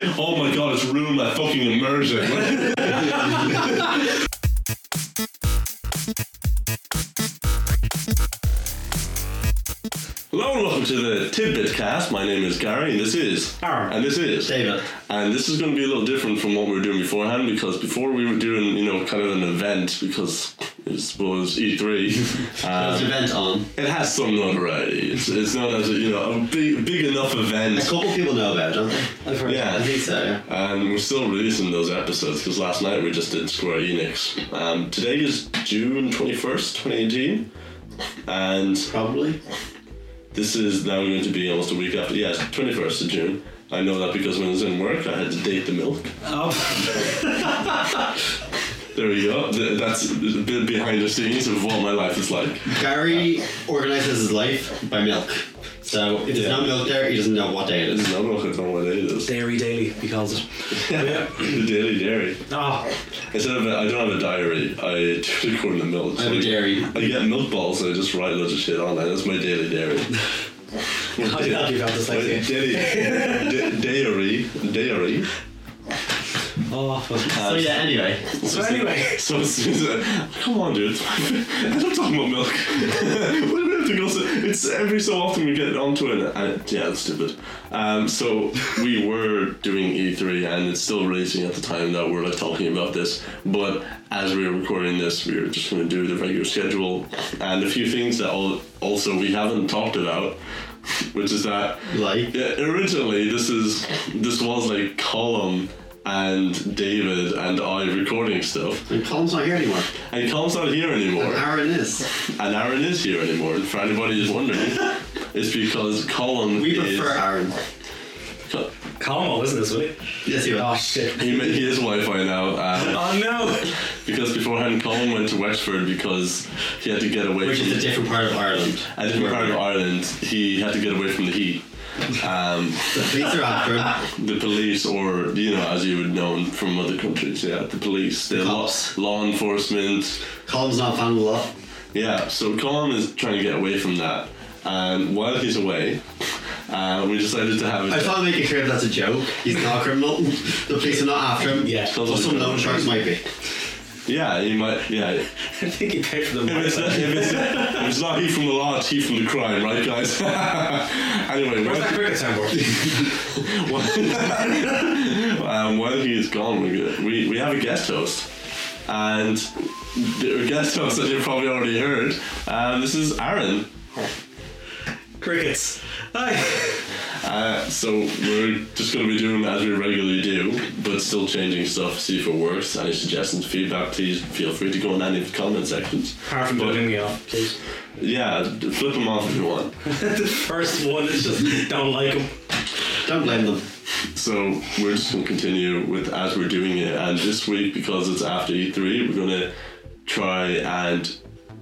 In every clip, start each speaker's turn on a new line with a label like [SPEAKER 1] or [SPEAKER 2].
[SPEAKER 1] Oh my god, it's ruined my fucking immersion. Hello and welcome to the Tidbit Cast. My name is Gary and this is.
[SPEAKER 2] Aaron.
[SPEAKER 1] And this is.
[SPEAKER 2] David.
[SPEAKER 1] And this is going to be a little different from what we were doing beforehand because before we were doing, you know, kind of an event because I suppose E3.
[SPEAKER 2] There was
[SPEAKER 1] um,
[SPEAKER 2] an event on.
[SPEAKER 1] E it has some notoriety. It's, it's not as, a, you know, a big, big enough
[SPEAKER 2] A
[SPEAKER 1] event.
[SPEAKER 2] couple people know about it, don't they? I've heard.
[SPEAKER 1] Yeah.
[SPEAKER 2] I think so. Yeah.
[SPEAKER 1] And we're still releasing those episodes because last night we just did Square Enix. Um, today is June 21st, 2018. And
[SPEAKER 2] Probably.
[SPEAKER 1] this is now going to be almost a week after. Yes, 21st of June. I know that because when I was in work, I had to date the milk. There we go. Th- That's a bit behind the scenes of what my life is like.
[SPEAKER 2] Gary organises his life by milk. So if there's
[SPEAKER 1] Yeah.
[SPEAKER 2] no milk there, he doesn't know what day it is.
[SPEAKER 1] There's no milk, I don't know what it is.
[SPEAKER 3] Dairy Daily, he calls it. yeah.
[SPEAKER 1] The Daily Dairy.
[SPEAKER 3] Oh,
[SPEAKER 1] Instead of, I I don't have a diary, I do record in the milk.
[SPEAKER 2] I have a dairy.
[SPEAKER 1] I get milk balls and I just write loads of shit on it. That's my daily dairy.
[SPEAKER 3] how did that give out
[SPEAKER 1] My
[SPEAKER 3] dyslexia?
[SPEAKER 1] daily da- dairy, dairy.
[SPEAKER 3] Oh,
[SPEAKER 2] So yeah, anyway.
[SPEAKER 3] so anyway,
[SPEAKER 1] So it's, it's uh, come on, dude. I'm not talking about milk. Why do we have to go? So, it's every so often we get onto it. And it yeah, it's stupid. Um, so we were doing E3, and it's still releasing at the time that we're like talking about this. But as we were recording this, we were just going to do the regular schedule and a few things that all, also we haven't talked about, which is that
[SPEAKER 2] Like.
[SPEAKER 1] yeah, originally this is this was like Colum and David and I recording stuff,
[SPEAKER 2] And Colin's not here anymore.
[SPEAKER 1] and Colum's not here
[SPEAKER 2] And
[SPEAKER 1] anymore,
[SPEAKER 2] Aaron is.
[SPEAKER 1] and Aaron is here anymore. And for anybody who's wondering, it's because Colum
[SPEAKER 2] We
[SPEAKER 1] is
[SPEAKER 2] prefer Aaron.
[SPEAKER 1] Co-
[SPEAKER 3] Como, isn't this, really?
[SPEAKER 2] Yes, you
[SPEAKER 3] Oh,
[SPEAKER 2] are.
[SPEAKER 3] shit.
[SPEAKER 1] he, ma- he is Wi-Fi now. Um,
[SPEAKER 3] Oh, no!
[SPEAKER 1] because beforehand, Colin went to Wexford because he had to get away
[SPEAKER 2] Which
[SPEAKER 1] from
[SPEAKER 2] is a different part of Ireland.
[SPEAKER 1] a different part of Ireland. He had to get away from the heat. Um,
[SPEAKER 2] The police are after him.
[SPEAKER 1] the police, or you know, as you would know from other countries, yeah, the police, the law,
[SPEAKER 2] Cops.
[SPEAKER 1] law enforcement,
[SPEAKER 2] Colin's not a fan of the law.
[SPEAKER 1] yeah. So Colin is trying to get away from that, and while he's away, uh, we decided to have
[SPEAKER 2] I
[SPEAKER 1] a
[SPEAKER 2] just want to make it clear that's a joke. He's not a criminal. The police are not after him.
[SPEAKER 3] Yeah,
[SPEAKER 2] Well, some loan sharks might be.
[SPEAKER 1] yeah. He might, yeah. If
[SPEAKER 3] I think he paid for the
[SPEAKER 1] it's, not, if, it's, if it's not he from the law, it's he from the crime, right, guys? anyway,
[SPEAKER 3] Where's that
[SPEAKER 1] while,
[SPEAKER 3] cricket soundboard?
[SPEAKER 1] um, while he is gone, we, we we have a guest host, and the guest host that you've probably already heard. Um, this is Aaron.
[SPEAKER 3] Crickets. Hi.
[SPEAKER 1] Uh, so we're just going to be doing as we regularly do, but still changing stuff, see if it works. Any suggestions, feedback, please feel free to go in any of the comment sections.
[SPEAKER 3] Apart from
[SPEAKER 1] But-
[SPEAKER 3] bugging me off, please.
[SPEAKER 1] Yeah, d- flip them off if you want.
[SPEAKER 3] the first one is just don't like him.
[SPEAKER 2] Don't blame them.
[SPEAKER 1] So we're just going to continue with as we're doing it. And this week, because it's after E3, we're going to try and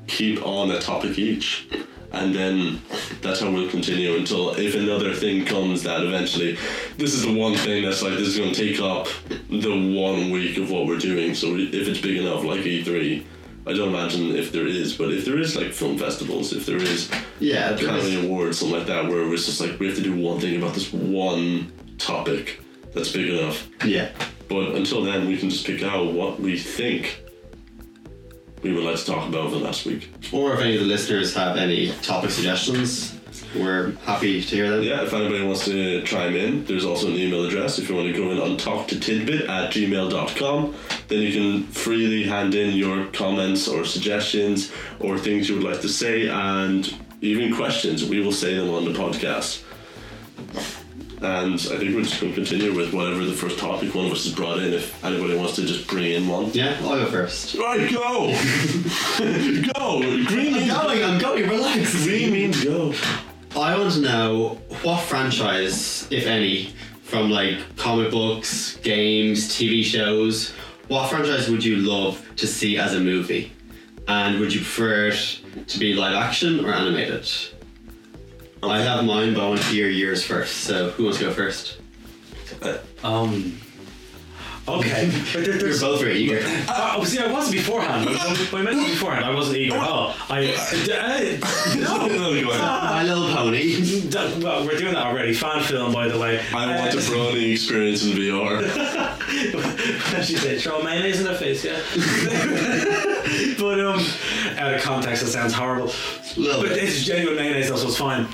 [SPEAKER 1] keep on a topic each. And then that's how we'll continue until if another thing comes that eventually this is the one thing that's like this is going to take up the one week of what we're doing. So if it's big enough, like E3, I don't imagine if there is, but if there is like film festivals, if there is
[SPEAKER 2] Yeah, there is.
[SPEAKER 1] Academy Awards, something like that, where it's just like we have to do one thing about this one topic that's big enough.
[SPEAKER 2] Yeah.
[SPEAKER 1] But until then, we can just pick out what we think we would like to talk about for last week.
[SPEAKER 2] Or if any of the listeners have any topic suggestions, we're happy to hear them.
[SPEAKER 1] Yeah, if anybody wants to chime in, there's also an email address if you want to go in on talk to tidbit at gmail.com. Then you can freely hand in your comments or suggestions or things you would like to say and even questions. We will say them on the podcast. And I think we're just going to continue with whatever the first topic one of us has brought in. If anybody wants to just bring in one.
[SPEAKER 2] Yeah, I'll go first.
[SPEAKER 1] Right, go! go! Green means,
[SPEAKER 2] going, I'm going, relax.
[SPEAKER 1] green means go.
[SPEAKER 2] I want to know what franchise, if any, from like comic books, games, TV shows, what franchise would you love to see as a movie? And would you prefer it to be live action or animated? I have mine, but I want to hear yours first. So who wants to go first?
[SPEAKER 3] Um, Okay, but there,
[SPEAKER 2] You're
[SPEAKER 3] there's.
[SPEAKER 2] both very eager.
[SPEAKER 3] Uh, see, I was beforehand. When I met you beforehand, I wasn't eager at all. I, I, no,
[SPEAKER 1] No, you are.
[SPEAKER 2] My Little Pony.
[SPEAKER 3] That- well, we're doing that already. Fan film, by the way. Uh,
[SPEAKER 1] I want a brownie experience in VR.
[SPEAKER 3] She said, "Throw mayonnaise in her face." Yeah. but um, out of context, that sounds horrible.
[SPEAKER 2] Little
[SPEAKER 3] But
[SPEAKER 2] bit.
[SPEAKER 3] it's genuine mayonnaise, so it's fine.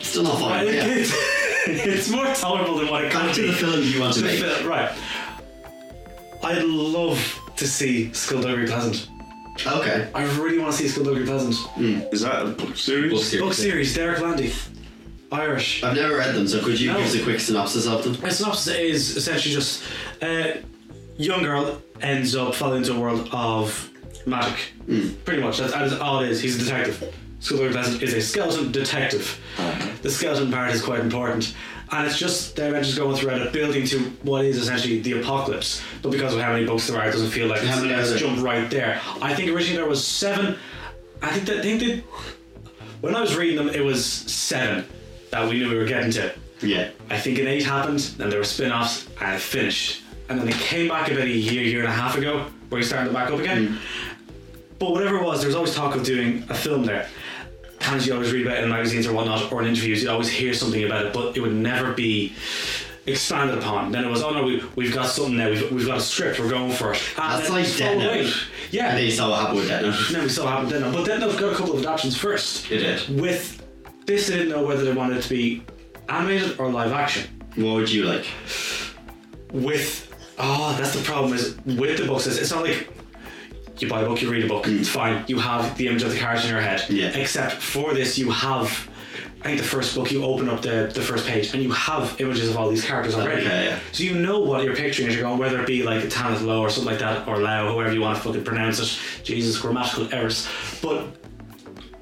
[SPEAKER 2] Still not
[SPEAKER 3] I
[SPEAKER 2] fine.
[SPEAKER 3] think
[SPEAKER 2] Yeah.
[SPEAKER 3] it's, it's more tolerable than what it
[SPEAKER 2] Back
[SPEAKER 3] could
[SPEAKER 2] to
[SPEAKER 3] be.
[SPEAKER 2] the film you want to
[SPEAKER 3] The
[SPEAKER 2] make.
[SPEAKER 3] film, right. I'd love to see Skullduggery Pleasant.
[SPEAKER 2] Okay.
[SPEAKER 3] I really want to see Skullduggery Pleasant.
[SPEAKER 1] Is that a book series?
[SPEAKER 2] Book series.
[SPEAKER 3] Book series, Derek Landy. Irish.
[SPEAKER 2] I've never read them, so could you
[SPEAKER 3] No.
[SPEAKER 2] give us a quick synopsis of them?
[SPEAKER 3] The synopsis is essentially just a young girl ends up falling into a world of magic.
[SPEAKER 2] Hmm.
[SPEAKER 3] Pretty much, that's, that is all it is. He's a detective. Skullduggery Pleasant is a skeleton detective. The skeleton part is quite important. And it's just their adventures going through it, building to what is essentially the apocalypse. But because of how many books there are, it doesn't feel like
[SPEAKER 2] How many
[SPEAKER 3] let's
[SPEAKER 2] are there?
[SPEAKER 3] jump right there. I think originally there was seven. I think that I think they, when I was reading them, it was seven that we knew we were getting to.
[SPEAKER 2] Yeah.
[SPEAKER 3] I think an eight happened, and there were spin offs, and it finished. And then it came back about a year, year and a half ago, where he started to back up again.
[SPEAKER 2] Mm.
[SPEAKER 3] But whatever it was, there was always talk of doing a film there. And you always read about it in magazines or whatnot, or in interviews, you always hear something about it, but it would never be expanded upon. Then it was, oh no, we, we've got something now, we've, we've got a script, we're going for it. And
[SPEAKER 2] That's
[SPEAKER 3] then
[SPEAKER 2] like
[SPEAKER 3] it just
[SPEAKER 2] Death
[SPEAKER 3] fell
[SPEAKER 2] Note.
[SPEAKER 3] away. Yeah.
[SPEAKER 2] And then you saw what happened with that.
[SPEAKER 3] And then we still haven't done them. But then they've got a couple of adaptions first.
[SPEAKER 2] It did.
[SPEAKER 3] With this, they didn't know whether they wanted it to be animated or live action.
[SPEAKER 2] What would you like?
[SPEAKER 3] With ah, that's the problem is with the books. It's, it's not like you buy a book, you read a book. It's fine. You have the image of the character in your head.
[SPEAKER 2] Yeah.
[SPEAKER 3] Except for this, you have. I think the first book you open up the, the first page and you have images of all these characters already.
[SPEAKER 2] Okay, yeah.
[SPEAKER 3] So you know what you're picturing as you're going, whether it be like Tanith Low or something like that, or Lao, however you want to fucking pronounce it. Jesus, grammatical errors. But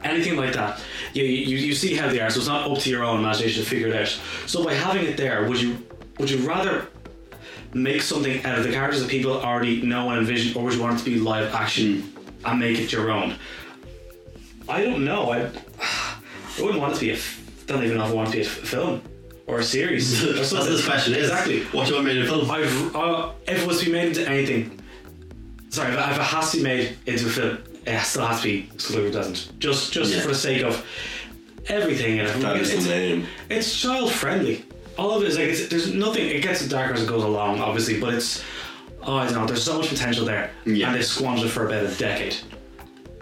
[SPEAKER 3] anything like that, you, you, you see how they are, so it's not up to your own imagination to figure it out. So by having it there, would you would you rather make something out of the characters that people already know and envision, or would you want it to be live action
[SPEAKER 2] Hmm.
[SPEAKER 3] and make it your own? I don't know. I, I wouldn't want it to be a. F- don't even know if I want it to be a f- film or a series. or
[SPEAKER 2] That's what
[SPEAKER 3] something.
[SPEAKER 2] this question is.
[SPEAKER 3] Exactly.
[SPEAKER 2] What do you want made a film?
[SPEAKER 3] I've, uh, if it was to be made into anything, sorry, if if it has to be made into a film, it still has to be Skullduggery Pleasant. Just, just
[SPEAKER 2] Yeah.
[SPEAKER 3] for the sake of everything in it.
[SPEAKER 1] That is
[SPEAKER 3] it's,
[SPEAKER 1] the name.
[SPEAKER 3] it's child friendly. All of it is like it's, there's nothing. It gets darker as it goes along, obviously, but it's oh, I don't know. There's so much potential there,
[SPEAKER 2] Yeah.
[SPEAKER 3] and they squandered it for about a decade.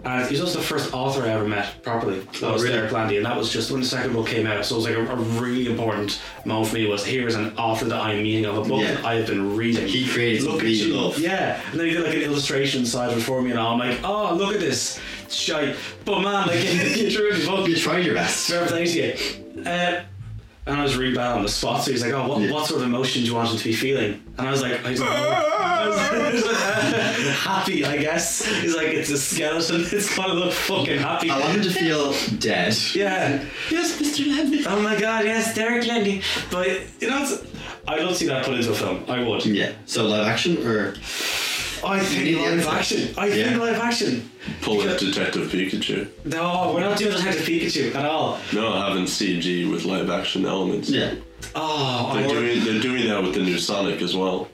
[SPEAKER 3] And he's also the first author I ever met properly. That
[SPEAKER 2] Oh,
[SPEAKER 3] was
[SPEAKER 2] really?
[SPEAKER 3] Derek Landy, and that was just when the second book came out. So it was like a, a really important moment for me. Was here is an author that I'm meeting of a book
[SPEAKER 2] Yeah.
[SPEAKER 3] that I have been reading.
[SPEAKER 2] He created
[SPEAKER 3] Look
[SPEAKER 2] something
[SPEAKER 3] at
[SPEAKER 2] you love.
[SPEAKER 3] Yeah, and then he did like an illustration side of it for me, and I'm like, oh, look at this shite. But man, like you drew it in the book.
[SPEAKER 2] You tried your best.
[SPEAKER 3] Fair play to you. Uh, and I was really bad on the spot, so he's like, "Oh, what,
[SPEAKER 2] Yeah.
[SPEAKER 3] what sort of emotion do you want him to be feeling?" And I was like, I don't know. I was I was like, "Happy, I guess." He's like, "It's a skeleton. It's gonna look fucking happy."
[SPEAKER 2] I want him to feel dead.
[SPEAKER 3] Yeah. Yes, Mr. Landy. Oh my God, yes, Derek Landy. But you know, it's, I don't see that put into a film. I would.
[SPEAKER 2] Yeah. So live action or
[SPEAKER 3] I think
[SPEAKER 2] Yeah.
[SPEAKER 3] live action. I
[SPEAKER 2] Yeah.
[SPEAKER 3] think live action.
[SPEAKER 1] Pull it, Detective Pikachu.
[SPEAKER 3] No, we're not doing Detective Pikachu at all.
[SPEAKER 1] No, I haven't CG with live action elements.
[SPEAKER 2] yeah.
[SPEAKER 3] Oh, I
[SPEAKER 1] They're
[SPEAKER 3] would-
[SPEAKER 1] doing, they're doing that with the new Sonic as well.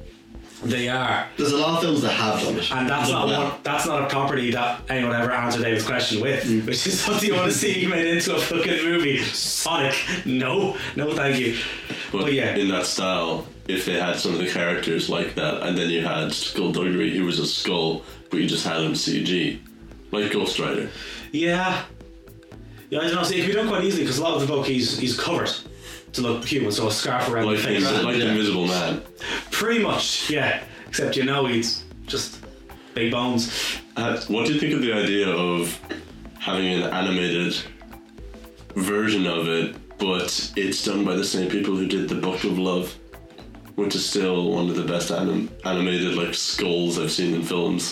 [SPEAKER 3] they are.
[SPEAKER 2] There's a lot of films that have done it.
[SPEAKER 3] And that's not
[SPEAKER 2] Well,
[SPEAKER 3] one, that's not a property that anyone ever answered David's question with, which is what do you want to see made into a fucking movie? Sonic. No, no, thank you. But,
[SPEAKER 1] But
[SPEAKER 3] Oh, yeah,
[SPEAKER 1] in that style, if they had some of the characters like that, and then you had Skullduggery, who was a skull, but you just had him CG, like Ghost Rider.
[SPEAKER 3] yeah, yeah. I don't know. See, it could be done quite easily because a lot of the book he's he's covered to look human, so a scarf around
[SPEAKER 1] Like,
[SPEAKER 3] the face,
[SPEAKER 1] the, like the
[SPEAKER 2] yeah.
[SPEAKER 1] Invisible Man.
[SPEAKER 3] pretty much. Yeah, except you know he's just big bones.
[SPEAKER 1] Uh, What do you think of the idea of having an animated version of it, but it's done by the same people who did The Book of Love, which is still one of the best anim- animated like skulls I've seen in films.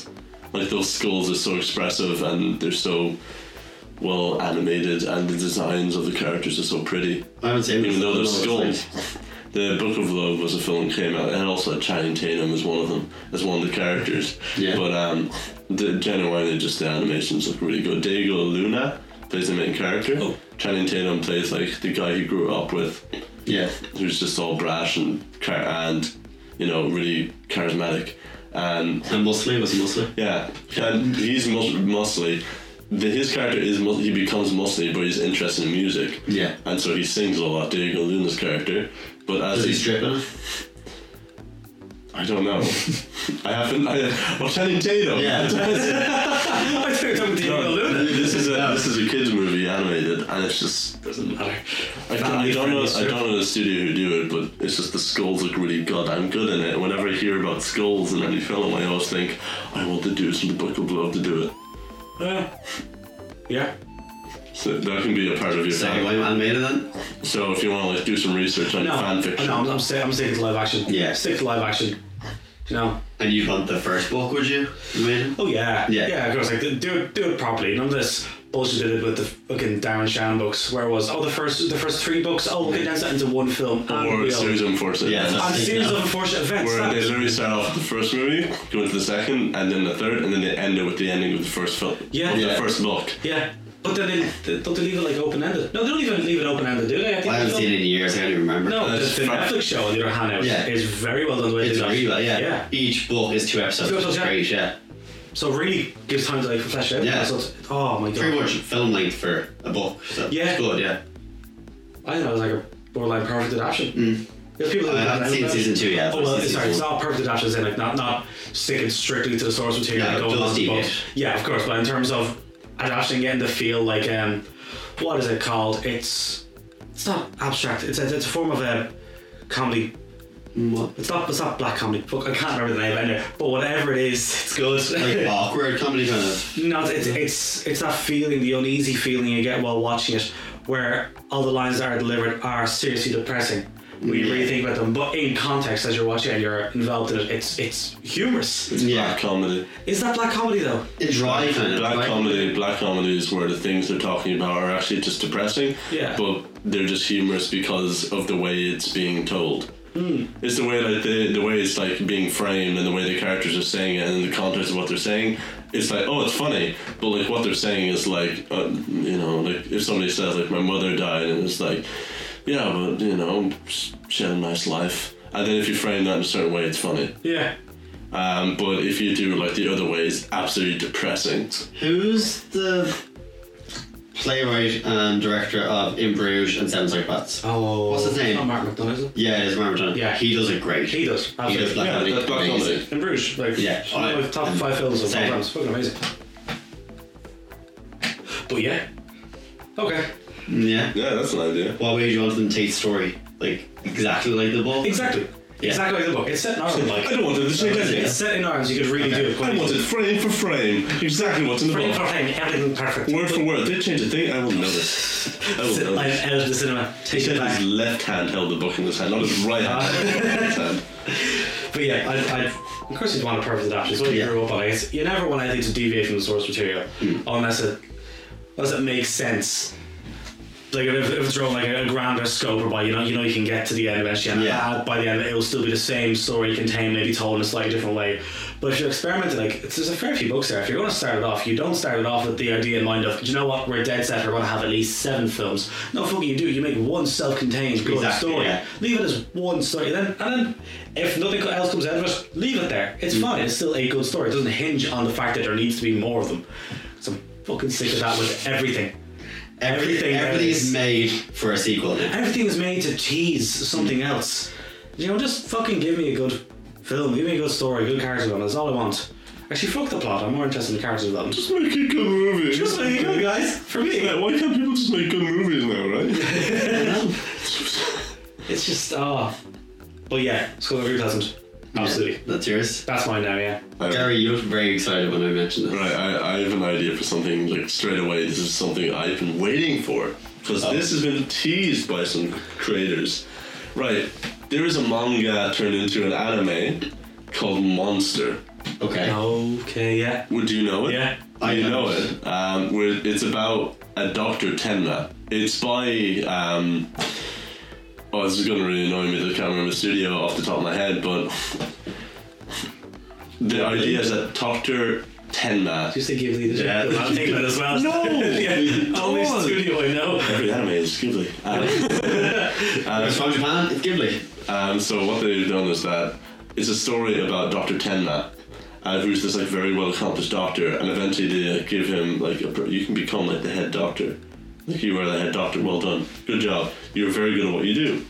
[SPEAKER 1] Like those skulls are so expressive and they're so well animated, and the designs of the characters are so pretty.
[SPEAKER 2] I haven't seen
[SPEAKER 1] Even though
[SPEAKER 2] it.
[SPEAKER 1] they're
[SPEAKER 2] I don't know what it's
[SPEAKER 1] skulls. The Book of Love was a film that came out, and also Channing Tatum as one of them, as one of the characters.
[SPEAKER 2] Yeah.
[SPEAKER 1] But um, the genuinely just the animations look really good. Diego Luna plays the main character.
[SPEAKER 3] Oh.
[SPEAKER 1] Channing Tatum plays like the guy he grew up with,
[SPEAKER 2] like. Yeah.
[SPEAKER 1] who's just all brash and car- and you know, really charismatic. And
[SPEAKER 2] And Muscly was he Muscly?
[SPEAKER 1] yeah, and he's mus- muscly. The, his character is mus- he becomes muscly, but he's interested in music.
[SPEAKER 2] Yeah.
[SPEAKER 1] And so he sings a lot. Diego Luna's character, but as
[SPEAKER 2] Does he
[SPEAKER 1] he's
[SPEAKER 2] strip in it?
[SPEAKER 1] I don't know. I haven't. I, well, Channing Tatum.
[SPEAKER 2] Yeah.
[SPEAKER 3] I think I'm Diego Luna.
[SPEAKER 1] This is a this is a kids movie animated, and it's just
[SPEAKER 3] Doesn't matter.
[SPEAKER 1] I, don't- I don't know. I don't know the studio who do it, but it's just the skulls look really goddamn good in it. Whenever I hear about skulls in any film, I always think I want the dudes from the Book of Love to do it.
[SPEAKER 3] Uh, yeah.
[SPEAKER 1] So that can be a part of your
[SPEAKER 2] Second
[SPEAKER 1] fan.
[SPEAKER 2] wave animated then?
[SPEAKER 1] So if you want to like do some research on
[SPEAKER 3] No,
[SPEAKER 1] fan fiction,
[SPEAKER 3] no, I'm, I'm, stay, I'm sticking to live action.
[SPEAKER 2] Yeah.
[SPEAKER 3] Stick to live action. You know?
[SPEAKER 2] And you'd want the first book, would you? Animated?
[SPEAKER 3] Oh yeah.
[SPEAKER 2] Yeah.
[SPEAKER 3] Yeah, of course. Like do it, do it properly. None of this bullshit did it with the fucking Darren Shan books. Where it was oh the first the first three books? Oh, we'll condense that into one film. And
[SPEAKER 1] or
[SPEAKER 3] we'll,
[SPEAKER 1] a series of unfortunate
[SPEAKER 2] Yeah,
[SPEAKER 1] events,
[SPEAKER 2] that's-
[SPEAKER 3] and series of unfortunate events.
[SPEAKER 1] where they
[SPEAKER 3] that-
[SPEAKER 1] literally start off with the first movie, go into the second, and then the third, and then they end it with the ending of the first film.
[SPEAKER 3] Yeah.
[SPEAKER 1] of the
[SPEAKER 3] Yeah.
[SPEAKER 1] first book.
[SPEAKER 3] Yeah. But then they, they- don't they leave it like open ended? No, they don't even leave it open ended, do they? I, think
[SPEAKER 2] I haven't
[SPEAKER 3] they
[SPEAKER 2] seen it in years, I don't even remember.
[SPEAKER 3] No, the,
[SPEAKER 1] That's
[SPEAKER 3] the
[SPEAKER 1] fine.
[SPEAKER 3] Netflix show on the other hand now
[SPEAKER 2] Yeah.
[SPEAKER 3] is very well done. The way they
[SPEAKER 2] It's
[SPEAKER 3] do that.
[SPEAKER 2] really well, yeah.
[SPEAKER 3] Yeah.
[SPEAKER 2] Each book is two episodes.
[SPEAKER 3] Two episodes,
[SPEAKER 2] which
[SPEAKER 3] yeah.
[SPEAKER 2] is great, yeah.
[SPEAKER 3] So really gives time to like flesh it out.
[SPEAKER 2] Yeah.
[SPEAKER 3] So it's- oh my god.
[SPEAKER 2] Pretty much film length for a book, so
[SPEAKER 3] Yeah.
[SPEAKER 2] it's good, yeah.
[SPEAKER 3] I think that was like a borderline perfect adaption. There's people that
[SPEAKER 2] Mm. I haven't seen season two yet.
[SPEAKER 3] Oh well,
[SPEAKER 2] I've seen
[SPEAKER 3] sorry, it's
[SPEAKER 2] season
[SPEAKER 3] not perfect adaptation. as in, Like not not sticking strictly to the source material.
[SPEAKER 2] No,
[SPEAKER 3] and
[SPEAKER 2] it
[SPEAKER 3] going
[SPEAKER 2] does
[SPEAKER 3] off the
[SPEAKER 2] deviate.
[SPEAKER 3] book. Yeah, of course. But in terms of adapting, and getting the feel like um, what is it called? It's it's not abstract. It's a, it's a form of a comedy.
[SPEAKER 2] one.
[SPEAKER 3] It's not it's not black comedy. Fuck, I can't remember the name of it. But whatever it is, it's good.
[SPEAKER 2] Like awkward comedy kind of.
[SPEAKER 3] No, it's it's it's that feeling, the uneasy feeling you get while watching it, where all the lines that are delivered are seriously depressing. When you really think about them, but in context, as you're watching it, you're enveloped in it. It's it's humorous.
[SPEAKER 1] It's
[SPEAKER 2] Yeah.
[SPEAKER 1] black comedy.
[SPEAKER 3] Is that black comedy though?
[SPEAKER 2] It's dry kind of.
[SPEAKER 1] Black
[SPEAKER 2] right?
[SPEAKER 1] comedy, black comedy is where the things they're talking about are actually just depressing.
[SPEAKER 3] Yeah.
[SPEAKER 1] But they're just humorous because of the way it's being told. It's the way like the, the way it's like being framed and the way the characters are saying it and the context of what they're saying. It's like oh, it's funny, but like what they're saying is like uh, you know like if somebody says like my mother died and it's like yeah, but you know she had a nice life. And then if you frame that in a certain way, it's funny.
[SPEAKER 3] Yeah.
[SPEAKER 1] Um, but if you do it like the other way, it's absolutely depressing.
[SPEAKER 2] Who's the playwright and director of In Bruges and Seven Psychopaths?
[SPEAKER 3] Oh.
[SPEAKER 2] What's his name?
[SPEAKER 3] Not Martin McDonough, is it?
[SPEAKER 2] Yeah, it is Marmaton.
[SPEAKER 3] Yeah.
[SPEAKER 2] he does it great.
[SPEAKER 3] He does.
[SPEAKER 2] He
[SPEAKER 3] Absolutely.
[SPEAKER 2] does black
[SPEAKER 1] Yeah,
[SPEAKER 2] comedy.
[SPEAKER 1] that's black
[SPEAKER 2] amazing.
[SPEAKER 1] comedy.
[SPEAKER 3] in Bruges, like
[SPEAKER 2] Yeah.
[SPEAKER 3] one of my
[SPEAKER 2] I-
[SPEAKER 3] top
[SPEAKER 2] um,
[SPEAKER 3] five films of all
[SPEAKER 2] same.
[SPEAKER 3] time. It's fucking amazing. But yeah. Okay.
[SPEAKER 2] Yeah.
[SPEAKER 1] Yeah, that's an idea.
[SPEAKER 2] What way do you want them to take the story? Like exactly like the book?
[SPEAKER 3] Exactly.
[SPEAKER 2] Yeah.
[SPEAKER 3] Exactly like the book. It's set in Ireland, like.
[SPEAKER 1] I don't want them to change anything.
[SPEAKER 3] It's set in Ireland, so you could really do it.
[SPEAKER 1] I
[SPEAKER 3] quite
[SPEAKER 1] want
[SPEAKER 3] easily.
[SPEAKER 1] it frame for frame, exactly what's in the
[SPEAKER 3] Frame for
[SPEAKER 1] book.
[SPEAKER 3] frame, everything perfect.
[SPEAKER 1] Word for word. If They change a thing, I will know this. I will know
[SPEAKER 3] Live
[SPEAKER 1] this.
[SPEAKER 3] out of the cinema.
[SPEAKER 1] Oh, He
[SPEAKER 3] Take it
[SPEAKER 1] said his
[SPEAKER 3] back.
[SPEAKER 1] left hand held the book in his hand, not his right hand. held the book in his hand.
[SPEAKER 3] But yeah, I, I, of course you'd want a perfect adaptation. It's what you
[SPEAKER 2] Yeah. Hmm.
[SPEAKER 3] grew up on. I guess you never want anything to deviate from the source material unless it unless it makes sense. Like if, if it's drawn like a grander scope, whereby you know you know you can get to the end eventually, and
[SPEAKER 2] Yeah.
[SPEAKER 3] uh, by the end it will still be the same story contained, maybe told in a slightly different way. But if you're experimenting, like it's, there's a fair few books there. If you're going to start it off, you don't start it off with the idea in mind of, "Do you know what, we're dead set. We're going to have at least seven films. No, fucking you do. You make one self-contained good
[SPEAKER 2] Exactly,
[SPEAKER 3] story.
[SPEAKER 2] yeah.
[SPEAKER 3] Leave it as one story, and then, and then if nothing else comes out of it, leave it there. It's fine. It's still a good story. It doesn't hinge on the fact that there needs to be more of them. So I'm fucking sick of that with everything. Everything
[SPEAKER 2] Everything, everything
[SPEAKER 3] is-
[SPEAKER 2] is made for a sequel. now.
[SPEAKER 3] Everything is made to tease something else. You know, just fucking give me a good film, give me a good story, good character development. That's all I want. Actually, fuck the plot. I'm more interested in character development.
[SPEAKER 1] Just make a good movie.
[SPEAKER 3] Just make it good, guys. For me,
[SPEAKER 1] Yeah, why can't people just make good movies now, right?
[SPEAKER 3] it's just ah. But yeah, Skull of Your Pleasant. Absolutely.
[SPEAKER 2] That's yours.
[SPEAKER 3] That's mine now. Yeah.
[SPEAKER 2] Gary, you looked very excited when I mentioned this.
[SPEAKER 1] Right, I, I have an idea for something like straight away. This is something I've been waiting for because
[SPEAKER 3] Uh-huh.
[SPEAKER 1] this has been teased by some creators. Right, there is a manga turned into an anime called Monster.
[SPEAKER 2] Okay.
[SPEAKER 3] Okay. Yeah.
[SPEAKER 1] Would you know it?
[SPEAKER 3] Yeah.
[SPEAKER 1] I
[SPEAKER 2] I
[SPEAKER 1] know
[SPEAKER 2] know.
[SPEAKER 1] it. Um, where it's about a Doctor Tenma. It's by. Um, oh, this is going to really annoy me that I can't remember the studio off the top of my head, but the idea is that Doctor Tenma
[SPEAKER 3] Just to give the
[SPEAKER 2] Yeah.
[SPEAKER 3] yeah. I'm thinking about it as well.
[SPEAKER 1] No!
[SPEAKER 3] yeah. Only
[SPEAKER 1] Don't.
[SPEAKER 3] studio I know.
[SPEAKER 1] Every anime is Ghibli. Um,
[SPEAKER 2] It's from Japan. It's Ghibli.
[SPEAKER 1] um, so what they've done is that It's a story about Doctor Tenma, uh, who's this like very well accomplished doctor, and eventually they give him like a, pr- you can become like the head doctor. Like you are the head doctor. Well done. Good job. You're very good at what you do.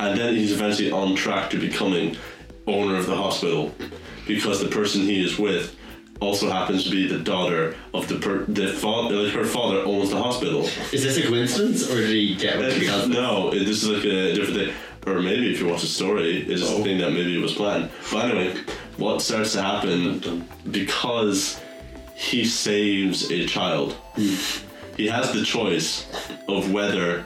[SPEAKER 1] And then he's eventually on track to becoming owner of the hospital because the person he is with also happens to be the daughter of the per- the father. Like her father owns the hospital.
[SPEAKER 2] Is this a coincidence, or did he get what he got?
[SPEAKER 1] No, it- this is like a different thing. Or maybe if you watch the story, it's a thing that maybe was planned. But anyway, what starts to happen because he saves a child, he has the choice of whether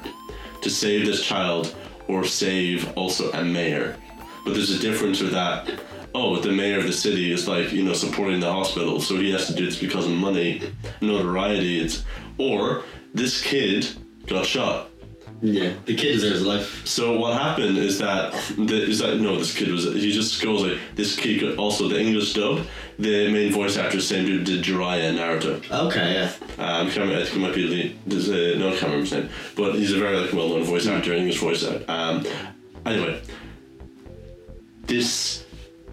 [SPEAKER 1] to save this child or save also a mayor. But there's a difference with that. Oh, the mayor of the city is like, you know, supporting the hospital, so he has to do this because of money, notoriety. It's, or this kid got shot.
[SPEAKER 2] Yeah, the kid deserves a life.
[SPEAKER 1] So what happened is that the, is that no, this kid was he just goes like this kid could also the English dub, the main voice actor same dude did Jiraiya in Naruto.
[SPEAKER 2] Okay, yeah.
[SPEAKER 1] Um, can't remember- I think it might be Lee. There's a, no, I can't remember his name, but he's a very like well known voice actor, English voice actor. Um, anyway, this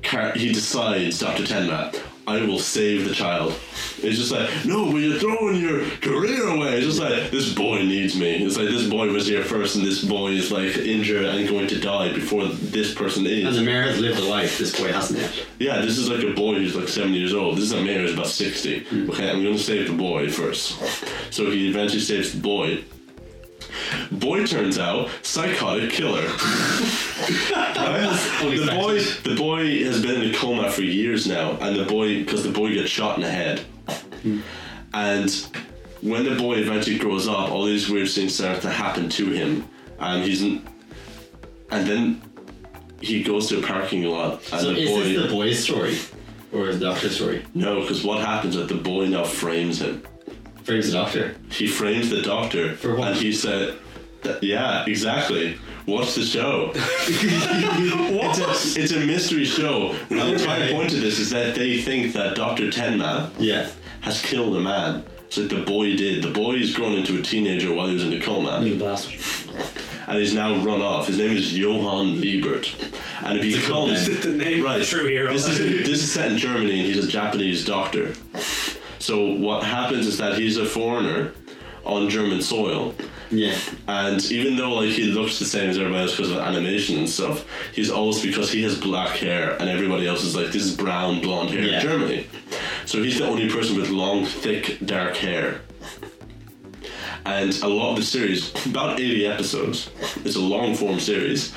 [SPEAKER 1] car- he decides Doctor Tenma. I will save the child. It's just like, no, but you're throwing your career away. It's just like, this boy needs me. It's like, this boy was here first, and this boy is like injured and going to die before this person is.
[SPEAKER 2] And the mayor has lived a life this boy hasn't yet.
[SPEAKER 1] Yeah, this is like a boy who's like 70 years old. This is a man who's about 60.
[SPEAKER 2] Hmm.
[SPEAKER 1] Okay, I'm gonna save the boy first. So he eventually saves the boy. Boy turns out psychotic killer. Right?
[SPEAKER 2] Only
[SPEAKER 1] the
[SPEAKER 2] fact.
[SPEAKER 1] boy, the boy has been in a coma for years now, and the boy, because the boy gets shot in the head,
[SPEAKER 2] Hmm.
[SPEAKER 1] and when the boy eventually grows up, all these weird things start to happen to him, and he's, n- and then he goes to a parking lot, and
[SPEAKER 2] So
[SPEAKER 1] the
[SPEAKER 2] is
[SPEAKER 1] boy.
[SPEAKER 2] this the boy's story? Or is the doctor's story?
[SPEAKER 1] No, because what happens is the boy now frames him.
[SPEAKER 2] Frames the doctor.
[SPEAKER 1] He frames the doctor,
[SPEAKER 2] For what?
[SPEAKER 1] and he said, that, "Yeah, exactly. Watch the show. It's, a, it's a mystery show. Now, the entire
[SPEAKER 2] Okay.
[SPEAKER 1] point of this is that they think that Doctor Tenma
[SPEAKER 2] Yeah.
[SPEAKER 1] has killed a man. So the boy did. The boy has grown into a teenager while he was in a coma,
[SPEAKER 3] You bastard.
[SPEAKER 1] and he's now run off. His name is Johann Liebert, and it becomes
[SPEAKER 3] the name
[SPEAKER 1] Right.
[SPEAKER 3] true hero.
[SPEAKER 1] This is, this is set in Germany, and he's a Japanese doctor. So what happens is that he's a foreigner on German soil,
[SPEAKER 2] Yeah.
[SPEAKER 1] and even though like he looks the same as everybody else because of animation and stuff, he's always because he has black hair, and everybody else is like this is brown blonde hair in
[SPEAKER 2] Yeah.
[SPEAKER 1] Germany. So he's the only person with long, thick, dark hair. And a lot of the series, about 80 episodes, it's a long form series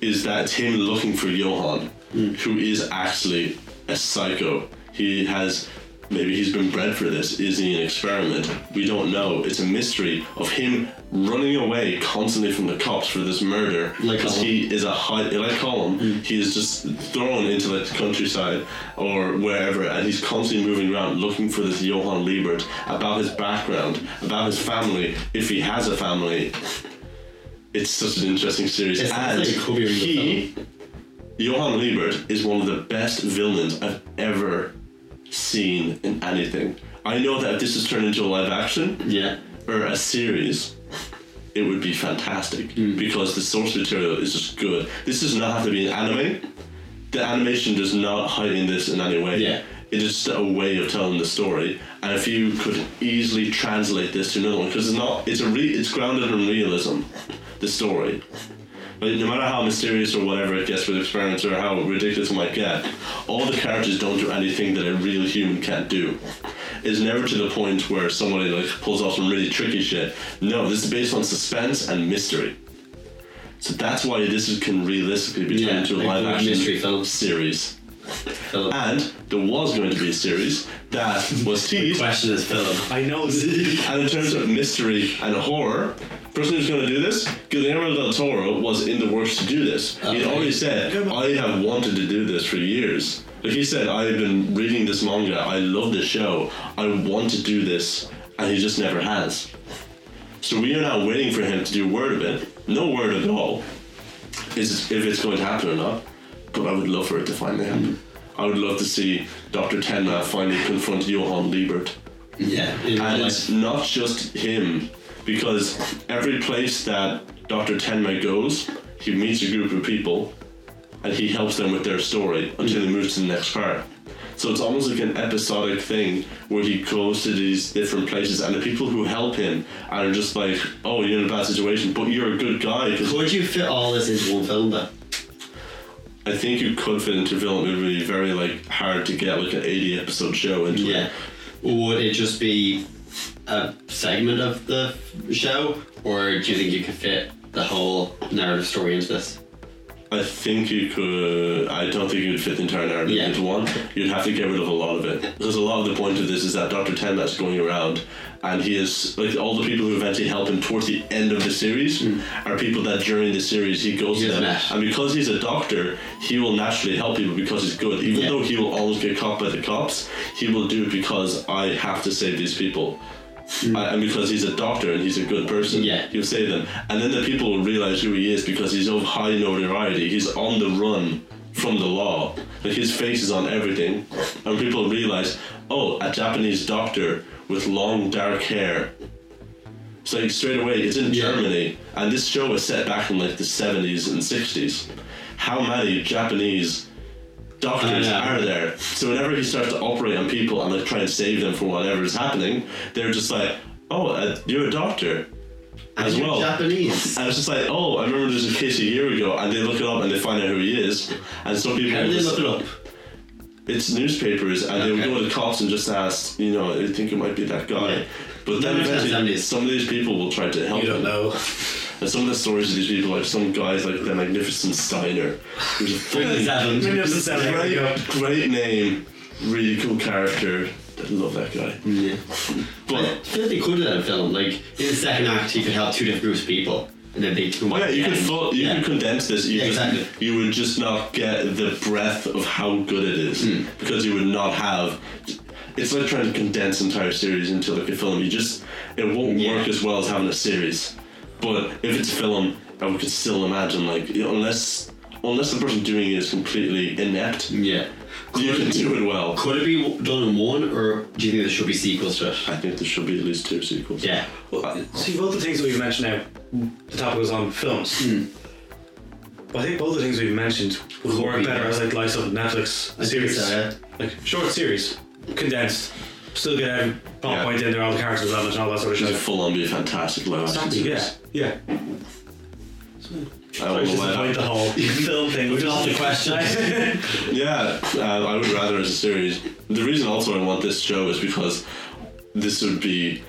[SPEAKER 1] is that it's him looking for Johan, who is actually a psycho. He has maybe he's been bred for this. Is he an experiment? We don't know. It's a mystery of him running away constantly from the cops for this murder.
[SPEAKER 2] Like
[SPEAKER 1] because
[SPEAKER 2] Colin.
[SPEAKER 1] he is a high, like Colin, he is just thrown into like the countryside or wherever, and he's constantly moving around looking for this Johan Liebert about his background, about his family, if he has a family. It's such an interesting series,
[SPEAKER 2] It sounds
[SPEAKER 1] and
[SPEAKER 2] like it could be a real
[SPEAKER 1] he, Johann Liebert, is one of the best villains I've ever seen in anything. I know that if this is turned into a live action
[SPEAKER 2] Yeah.
[SPEAKER 1] or a series, it would be fantastic because the source material is just good. This does not have to be an anime. The animation does not heighten this in any way.
[SPEAKER 2] Yeah.
[SPEAKER 1] It is just a way of telling the story, and if you could easily translate this to another one, because it's not, it's a re, it's grounded in realism, the story. Like, no matter how mysterious or whatever it gets with experiments or how ridiculous it might get, all the characters don't do anything that a real human can't do. It's never to the point where somebody like pulls off some really tricky shit. No, this is based on suspense and mystery. So that's why this is- can realistically be turned
[SPEAKER 2] Yeah,
[SPEAKER 1] into a
[SPEAKER 2] like
[SPEAKER 1] live
[SPEAKER 2] a
[SPEAKER 1] action
[SPEAKER 2] mystery film.
[SPEAKER 1] series.
[SPEAKER 2] Philip.
[SPEAKER 1] And there was going to be a series that was teased
[SPEAKER 2] question is Philip.
[SPEAKER 3] I know. this-
[SPEAKER 1] and in terms of mystery and horror, the person who's going to do this, Guillermo del Toro, was in the works to do this. He'd
[SPEAKER 2] Okay.
[SPEAKER 1] already said, I have wanted to do this for years. Like he said, I've been reading this manga, I love this show, I want to do this, and he just never has. So we are now waiting for him to do word of it. No word at all is if it's going to happen or not, but I would love for it to finally happen. I would love to see Dr. Tenma finally confront Johann Liebert.
[SPEAKER 2] Yeah. In real
[SPEAKER 1] And
[SPEAKER 2] life.
[SPEAKER 1] it's not just him, because every place that Dr. Tenma goes, he meets a group of people and he helps them with their story until they move to the next part. So it's almost like an episodic thing where he goes to these different places, and the people who help him are just like, "Oh, you're in a bad situation, but you're a good guy." 'cause
[SPEAKER 2] Could you fit all this into one film though?
[SPEAKER 1] I think you could fit into a film. It would be very like hard to get like an eighty episode show into
[SPEAKER 2] Yeah.
[SPEAKER 1] it.
[SPEAKER 2] Would it just be a segment of the show, or do you think you could fit the whole narrative story into this?
[SPEAKER 1] I think you could. I don't think you'd fit the entire narrative
[SPEAKER 2] Yeah.
[SPEAKER 1] into one. You'd have to get rid of a lot of it because a lot of the point of this is that Doctor Ten that's going around, and he is like all the people who eventually help him towards the end of the series are people that during the series he goes
[SPEAKER 2] Hmm. He
[SPEAKER 1] to
[SPEAKER 2] has
[SPEAKER 1] them,
[SPEAKER 2] met.
[SPEAKER 1] and because he's a doctor, he will naturally help people because he's good. Even
[SPEAKER 2] Yeah.
[SPEAKER 1] though he will always get caught by the cops, he will do it because I have to save these people. I- and because he's a doctor and he's a good person,
[SPEAKER 2] Yeah.
[SPEAKER 1] he'll save them. And then the people will realize who he is because he's of high notoriety. He's on the run from the law. Like his face is on everything, and people realize, oh, a Japanese doctor with long dark hair. So like straight away, it's in
[SPEAKER 2] Yeah.
[SPEAKER 1] Germany, and this show was set back in like the seventies and sixties. How many Japanese doctors
[SPEAKER 2] I know.
[SPEAKER 1] are there. So whenever he starts to operate on people and like try and save them from whatever is happening, they're just like, "Oh, uh, you're a doctor." As
[SPEAKER 2] And you're
[SPEAKER 1] well.
[SPEAKER 2] Japanese.
[SPEAKER 1] And it's just like, "Oh, I remember there's a case a year ago," and they look it up and they find out who he is. And some people
[SPEAKER 2] How do they
[SPEAKER 1] just-
[SPEAKER 2] look it up?
[SPEAKER 1] It's newspapers, and they would
[SPEAKER 2] Okay.
[SPEAKER 1] go to the cops and just ask, you know, I think it might be that guy.
[SPEAKER 2] Yeah.
[SPEAKER 1] But then
[SPEAKER 2] No, it's not
[SPEAKER 1] eventually,
[SPEAKER 2] 70s.
[SPEAKER 1] some of these people will try to help.
[SPEAKER 3] You don't
[SPEAKER 1] them.
[SPEAKER 3] know.
[SPEAKER 1] And some of the stories of these people, like some guys, like the Magnificent Steiner, who's a fucking
[SPEAKER 3] Maybe it was the seven years ago.
[SPEAKER 1] Great, great name, really cool character. I love that guy.
[SPEAKER 2] Yeah. I
[SPEAKER 1] But
[SPEAKER 2] feel like they could do that in film. Like in the second act, you could help two different groups of people, and then they can.
[SPEAKER 1] oh yeah, you could full, you
[SPEAKER 2] yeah.
[SPEAKER 1] could condense this. You
[SPEAKER 2] Yeah,
[SPEAKER 1] just,
[SPEAKER 2] exactly.
[SPEAKER 1] You would just not get the breadth of how good it is
[SPEAKER 2] Hmm.
[SPEAKER 1] because you would not have. It's like trying to condense entire series into like a film. You just it won't
[SPEAKER 2] Yeah.
[SPEAKER 1] work as well as having a series. But if it's a film, I would- could still imagine like you know, unless unless the person doing it is completely inept,
[SPEAKER 2] Yeah.
[SPEAKER 1] you can do it well.
[SPEAKER 2] Could it be done in one, or do you think there should be sequels to it?
[SPEAKER 1] I think there should be at least two sequels.
[SPEAKER 2] Yeah.
[SPEAKER 1] Well,
[SPEAKER 3] See, both the things that we've mentioned now, the topic was on films. But I think both the things we've mentioned would work
[SPEAKER 2] be
[SPEAKER 3] better
[SPEAKER 2] better.
[SPEAKER 3] as like lights up Netflix
[SPEAKER 2] think
[SPEAKER 3] series.
[SPEAKER 2] so, yeah.
[SPEAKER 3] Like short series, condensed, still get every plot
[SPEAKER 1] Yeah.
[SPEAKER 3] point in there, all the character development and all that sort of
[SPEAKER 1] It'd
[SPEAKER 3] shit.
[SPEAKER 1] full on be a fantastic live action
[SPEAKER 3] Exactly, yeah,
[SPEAKER 1] series.
[SPEAKER 3] yeah.
[SPEAKER 1] I
[SPEAKER 3] Which
[SPEAKER 1] don't
[SPEAKER 3] is
[SPEAKER 1] know why
[SPEAKER 3] the point
[SPEAKER 1] that-
[SPEAKER 3] the whole Oh, film thing. Which is
[SPEAKER 2] Not the question.
[SPEAKER 1] Yeah, uh, I would rather as a series. The reason also I want this show is because this would be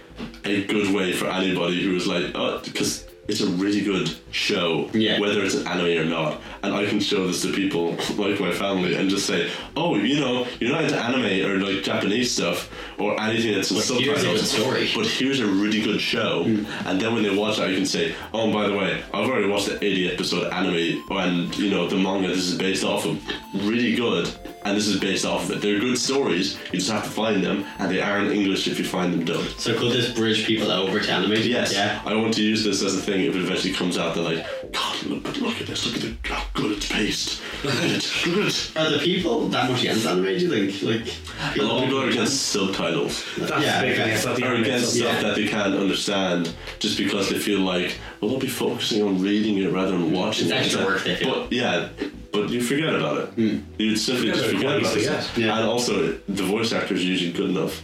[SPEAKER 1] a good way for anybody who is like, oh, because it's a really good show,
[SPEAKER 2] Yeah.
[SPEAKER 1] whether it's an anime or not. And I can show this to people like my family and just say, oh, you know, you're not into anime or like Japanese stuff or anything that's in
[SPEAKER 2] But here's a good
[SPEAKER 1] subtitles,
[SPEAKER 2] story. Hmm.
[SPEAKER 1] but here's a really good show. And then when they watch it, I can say, oh, and by the way, I've already watched the 80 episode anime and, you know, the manga this is based off of. Really good. And this is based off of it. They're good stories. You just have to find them. And they are in English if you find them dubbed.
[SPEAKER 2] So could this bridge people over to anime?
[SPEAKER 1] Yes,
[SPEAKER 2] Yeah.
[SPEAKER 1] I want to use this as a thing if it eventually comes out. They're like, God, look, but look at this. Look at the, how good it's based. Look at it. Look at it.
[SPEAKER 2] Are the people that much against anime? Do you think? Like
[SPEAKER 1] A lot of people are against subtitles.
[SPEAKER 3] That's
[SPEAKER 2] Yeah,
[SPEAKER 3] the big thing.
[SPEAKER 2] okay.
[SPEAKER 3] It's not the
[SPEAKER 1] Or
[SPEAKER 3] argument,
[SPEAKER 1] against
[SPEAKER 3] it's not-
[SPEAKER 1] stuff
[SPEAKER 2] Yeah.
[SPEAKER 1] that they can't understand just because they feel like, well, they'll be focusing on reading it rather than watching
[SPEAKER 2] It's
[SPEAKER 1] it.
[SPEAKER 2] extra work they feel.
[SPEAKER 1] But yeah, but you forget about it. You'd simply
[SPEAKER 3] Forget
[SPEAKER 1] just
[SPEAKER 3] about it
[SPEAKER 1] forget
[SPEAKER 3] quite
[SPEAKER 1] about
[SPEAKER 3] easily,
[SPEAKER 1] it.
[SPEAKER 2] Hmm. yeah. Yeah.
[SPEAKER 1] And also, the voice actor is usually good enough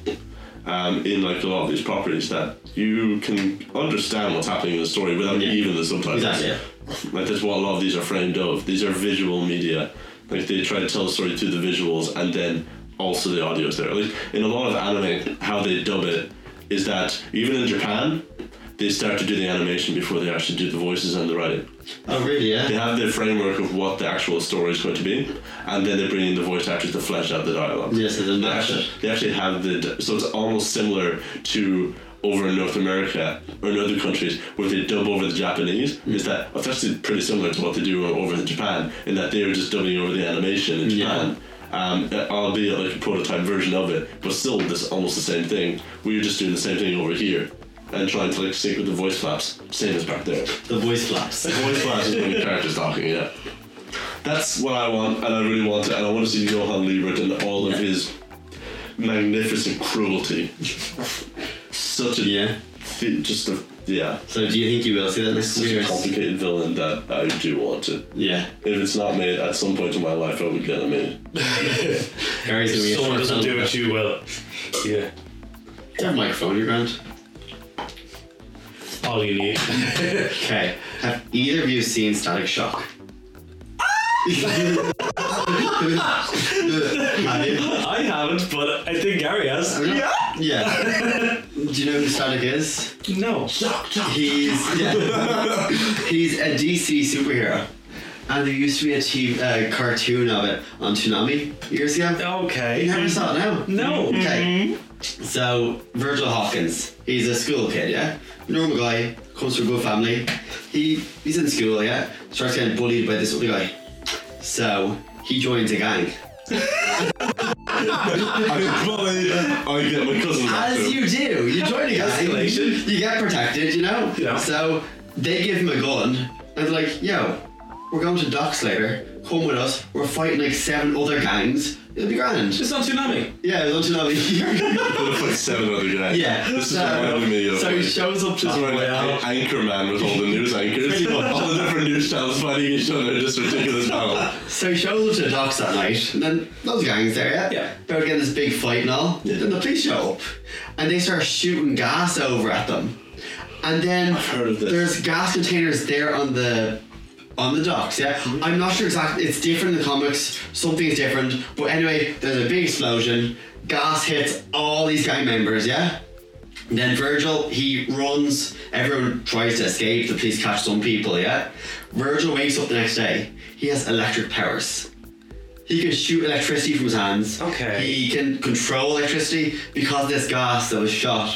[SPEAKER 1] um, in like a lot of these properties that you can understand what's happening in the story without
[SPEAKER 2] Yeah.
[SPEAKER 1] even the subtitles.
[SPEAKER 2] Exactly, yeah.
[SPEAKER 1] Like that's what a lot of these are framed of. These are visual media. Like they try to tell the story through the visuals and then also the audio is there. Like in a lot of anime, how they dub it is that even in Japan, they start to do the animation before they actually do the voices and the writing.
[SPEAKER 2] Oh really?
[SPEAKER 1] They
[SPEAKER 2] Yeah.
[SPEAKER 1] have their framework of what the actual story is going to be, and then they bring in the voice actors to flesh out the dialogue.
[SPEAKER 2] Yes, it doesn't
[SPEAKER 1] They actually, they actually have the so it's almost similar to over in North America or in other countries where they dub over the Japanese.
[SPEAKER 2] Mm.
[SPEAKER 1] Is that it's actually pretty similar to what they do over in Japan in that they are just dubbing over the animation in
[SPEAKER 2] Yeah.
[SPEAKER 1] Japan. Um, albeit like a prototype version of it, but still this almost the same thing. We're just doing the same thing over here and trying to like sync with the voice flaps, same as back there.
[SPEAKER 2] The voice flaps.
[SPEAKER 1] Voice flaps is when the character's talking, yeah. That's what I want, and I really want it, and I want to see Johan Liebert and all of his magnificent cruelty. Such a
[SPEAKER 2] yeah.
[SPEAKER 1] the, just the yeah.
[SPEAKER 2] So do you think you will see that next
[SPEAKER 1] It's such a
[SPEAKER 2] year?
[SPEAKER 1] complicated villain that I do want it.
[SPEAKER 2] Yeah.
[SPEAKER 1] If it's not made at some point in my life, I would get it made.
[SPEAKER 2] Harry's gonna be a
[SPEAKER 3] If someone
[SPEAKER 2] short
[SPEAKER 3] doesn't
[SPEAKER 2] film.
[SPEAKER 3] do it, you will. Yeah.
[SPEAKER 2] Do you have a microphone in your ground?
[SPEAKER 3] All you need.
[SPEAKER 2] Okay. Have either of you seen Static Shock? Have you?
[SPEAKER 3] I haven't, but I think Gary has.
[SPEAKER 2] Yeah. Do you know who Static is?
[SPEAKER 3] No.
[SPEAKER 2] He's yeah. He's a DC superhero, and there used to be a TV, uh, cartoon of it on Toonami years ago. You
[SPEAKER 3] Okay.
[SPEAKER 2] never saw it now?
[SPEAKER 3] No.
[SPEAKER 2] Okay. So Virgil Hawkins, he's a school kid, yeah. Normal guy, comes from a good family. He he's in school, yeah. Starts getting bullied by this other guy. So he joins a gang.
[SPEAKER 1] I get my cousin. that
[SPEAKER 2] As
[SPEAKER 1] too.
[SPEAKER 2] you do, you join a gang.
[SPEAKER 3] Escalation.
[SPEAKER 2] You get protected, you know.
[SPEAKER 3] Yeah.
[SPEAKER 2] So they give him a gun, and they're like, "Yo, we're going to docks later. Come with us. We're fighting like seven other gangs. It'll be grand."
[SPEAKER 3] It's on Tsunami.
[SPEAKER 2] Yeah, it was on Toonami.
[SPEAKER 1] But if like seven other guys.
[SPEAKER 2] Yeah.
[SPEAKER 1] This is
[SPEAKER 2] so,
[SPEAKER 1] reminding me of.
[SPEAKER 2] So he shows up to
[SPEAKER 1] This is where
[SPEAKER 2] the
[SPEAKER 1] like
[SPEAKER 3] Well.
[SPEAKER 1] an- anchor man with all the news anchors, all the different news channels fighting each other in this ridiculous battle.
[SPEAKER 2] so he shows up to the docks that night, and then those gangs there, yeah.
[SPEAKER 3] Yeah.
[SPEAKER 2] They're getting this big fight and all.
[SPEAKER 1] Yeah.
[SPEAKER 2] Then the police show up, and they start shooting gas over at them. And then
[SPEAKER 1] heard of this.
[SPEAKER 2] there's gas containers there on the on the docks. Yeah,
[SPEAKER 1] Mm-hmm.
[SPEAKER 2] I'm not sure exactly. It's different in the comics. Something is different. But anyway, there's a big explosion. Gas hits all these gang members. Yeah. Then Virgil, he runs. Everyone tries to escape. The police catch some people, yeah? Virgil wakes up the next day. He has electric powers. He can shoot electricity from his hands.
[SPEAKER 3] Okay.
[SPEAKER 2] He can control electricity because of this gas that was shot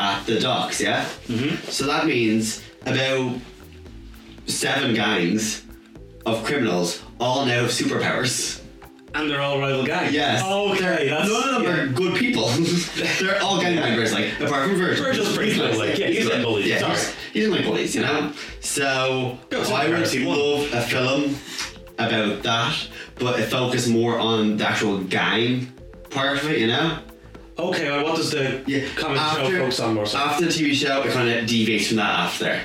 [SPEAKER 2] at the docks, yeah? Mm-hmm. So that means about seven gangs of criminals all now have superpowers.
[SPEAKER 3] And they're all rival gangs.
[SPEAKER 2] Yes.
[SPEAKER 3] Okay. That's,
[SPEAKER 2] None of them are good people. They're all gang members, like apart from Virgil.
[SPEAKER 3] Virgil's pretty
[SPEAKER 2] He's
[SPEAKER 3] cool,
[SPEAKER 2] nice.
[SPEAKER 3] like, yeah, he's
[SPEAKER 2] good.
[SPEAKER 3] like bullies,
[SPEAKER 2] Yeah,
[SPEAKER 3] it's
[SPEAKER 2] he's,
[SPEAKER 3] alright.
[SPEAKER 2] he's like bullies, you know. So
[SPEAKER 3] Yeah, it's
[SPEAKER 2] I
[SPEAKER 3] not
[SPEAKER 2] would
[SPEAKER 3] embarrassing.
[SPEAKER 2] love a film about that, but it focused more on the actual gang part of it, you know.
[SPEAKER 3] Okay, well, what does the
[SPEAKER 2] Yeah.
[SPEAKER 3] comic show
[SPEAKER 2] After-
[SPEAKER 3] focus on more so?
[SPEAKER 2] After the TV show, it kind of deviates from that. After there.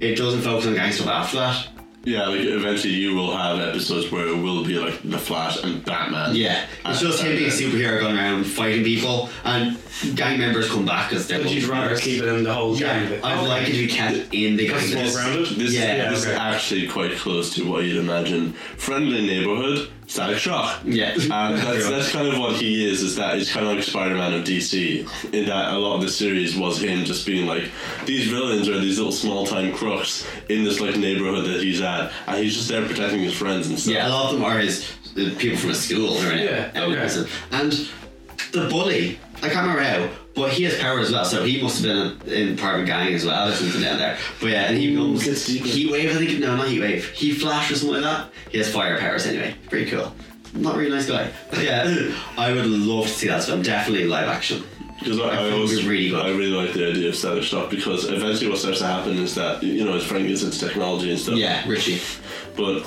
[SPEAKER 2] it doesn't focus on gang stuff after that.
[SPEAKER 1] Yeah, like eventually you will have episodes where it will be like The Flash and Batman.
[SPEAKER 2] Yeah, it's just him being a superhero going around fighting people, and gang members come back as they're.
[SPEAKER 3] Would you rather keep it in the whole gang?
[SPEAKER 2] Yeah,
[SPEAKER 3] bit?
[SPEAKER 2] I'd
[SPEAKER 3] Okay.
[SPEAKER 2] like it to be kept in the
[SPEAKER 3] That's
[SPEAKER 2] gang.
[SPEAKER 3] more
[SPEAKER 2] members.
[SPEAKER 3] grounded.
[SPEAKER 1] This,
[SPEAKER 2] Yeah,
[SPEAKER 1] yeah, this is
[SPEAKER 3] okay.
[SPEAKER 1] actually quite close to what you'd imagine. Friendly neighborhood, static shock.
[SPEAKER 2] Yeah.
[SPEAKER 1] And that's,
[SPEAKER 2] Yeah.
[SPEAKER 1] that's kind of what he is, is that he's kind of like Spider-Man of DC, in that a lot of the series was him just being like, these villains are these little small-time crooks in this like neighborhood that he's at, and he's just there protecting his friends and stuff.
[SPEAKER 2] Yeah, a lot of them are his the people from his school, right?
[SPEAKER 3] Yeah, okay.
[SPEAKER 2] And the bully, I can't remember how, but he has power as well, so he must have been in part of a gang as well or something down there. But yeah, and he becomes
[SPEAKER 1] gets deep.
[SPEAKER 2] heat wave, I think. No, not heat wave. He flash or something like that. He has fire powers anyway. Pretty cool. Not really nice guy. But yeah, I would love to see that film. Definitely live action.
[SPEAKER 1] Because I, I,
[SPEAKER 2] think
[SPEAKER 1] always
[SPEAKER 2] it's
[SPEAKER 1] really
[SPEAKER 2] really good.
[SPEAKER 1] I really like the idea of static shock because eventually what starts to happen is that you know as Frank gets into technology and stuff.
[SPEAKER 2] Yeah, Richie.
[SPEAKER 1] But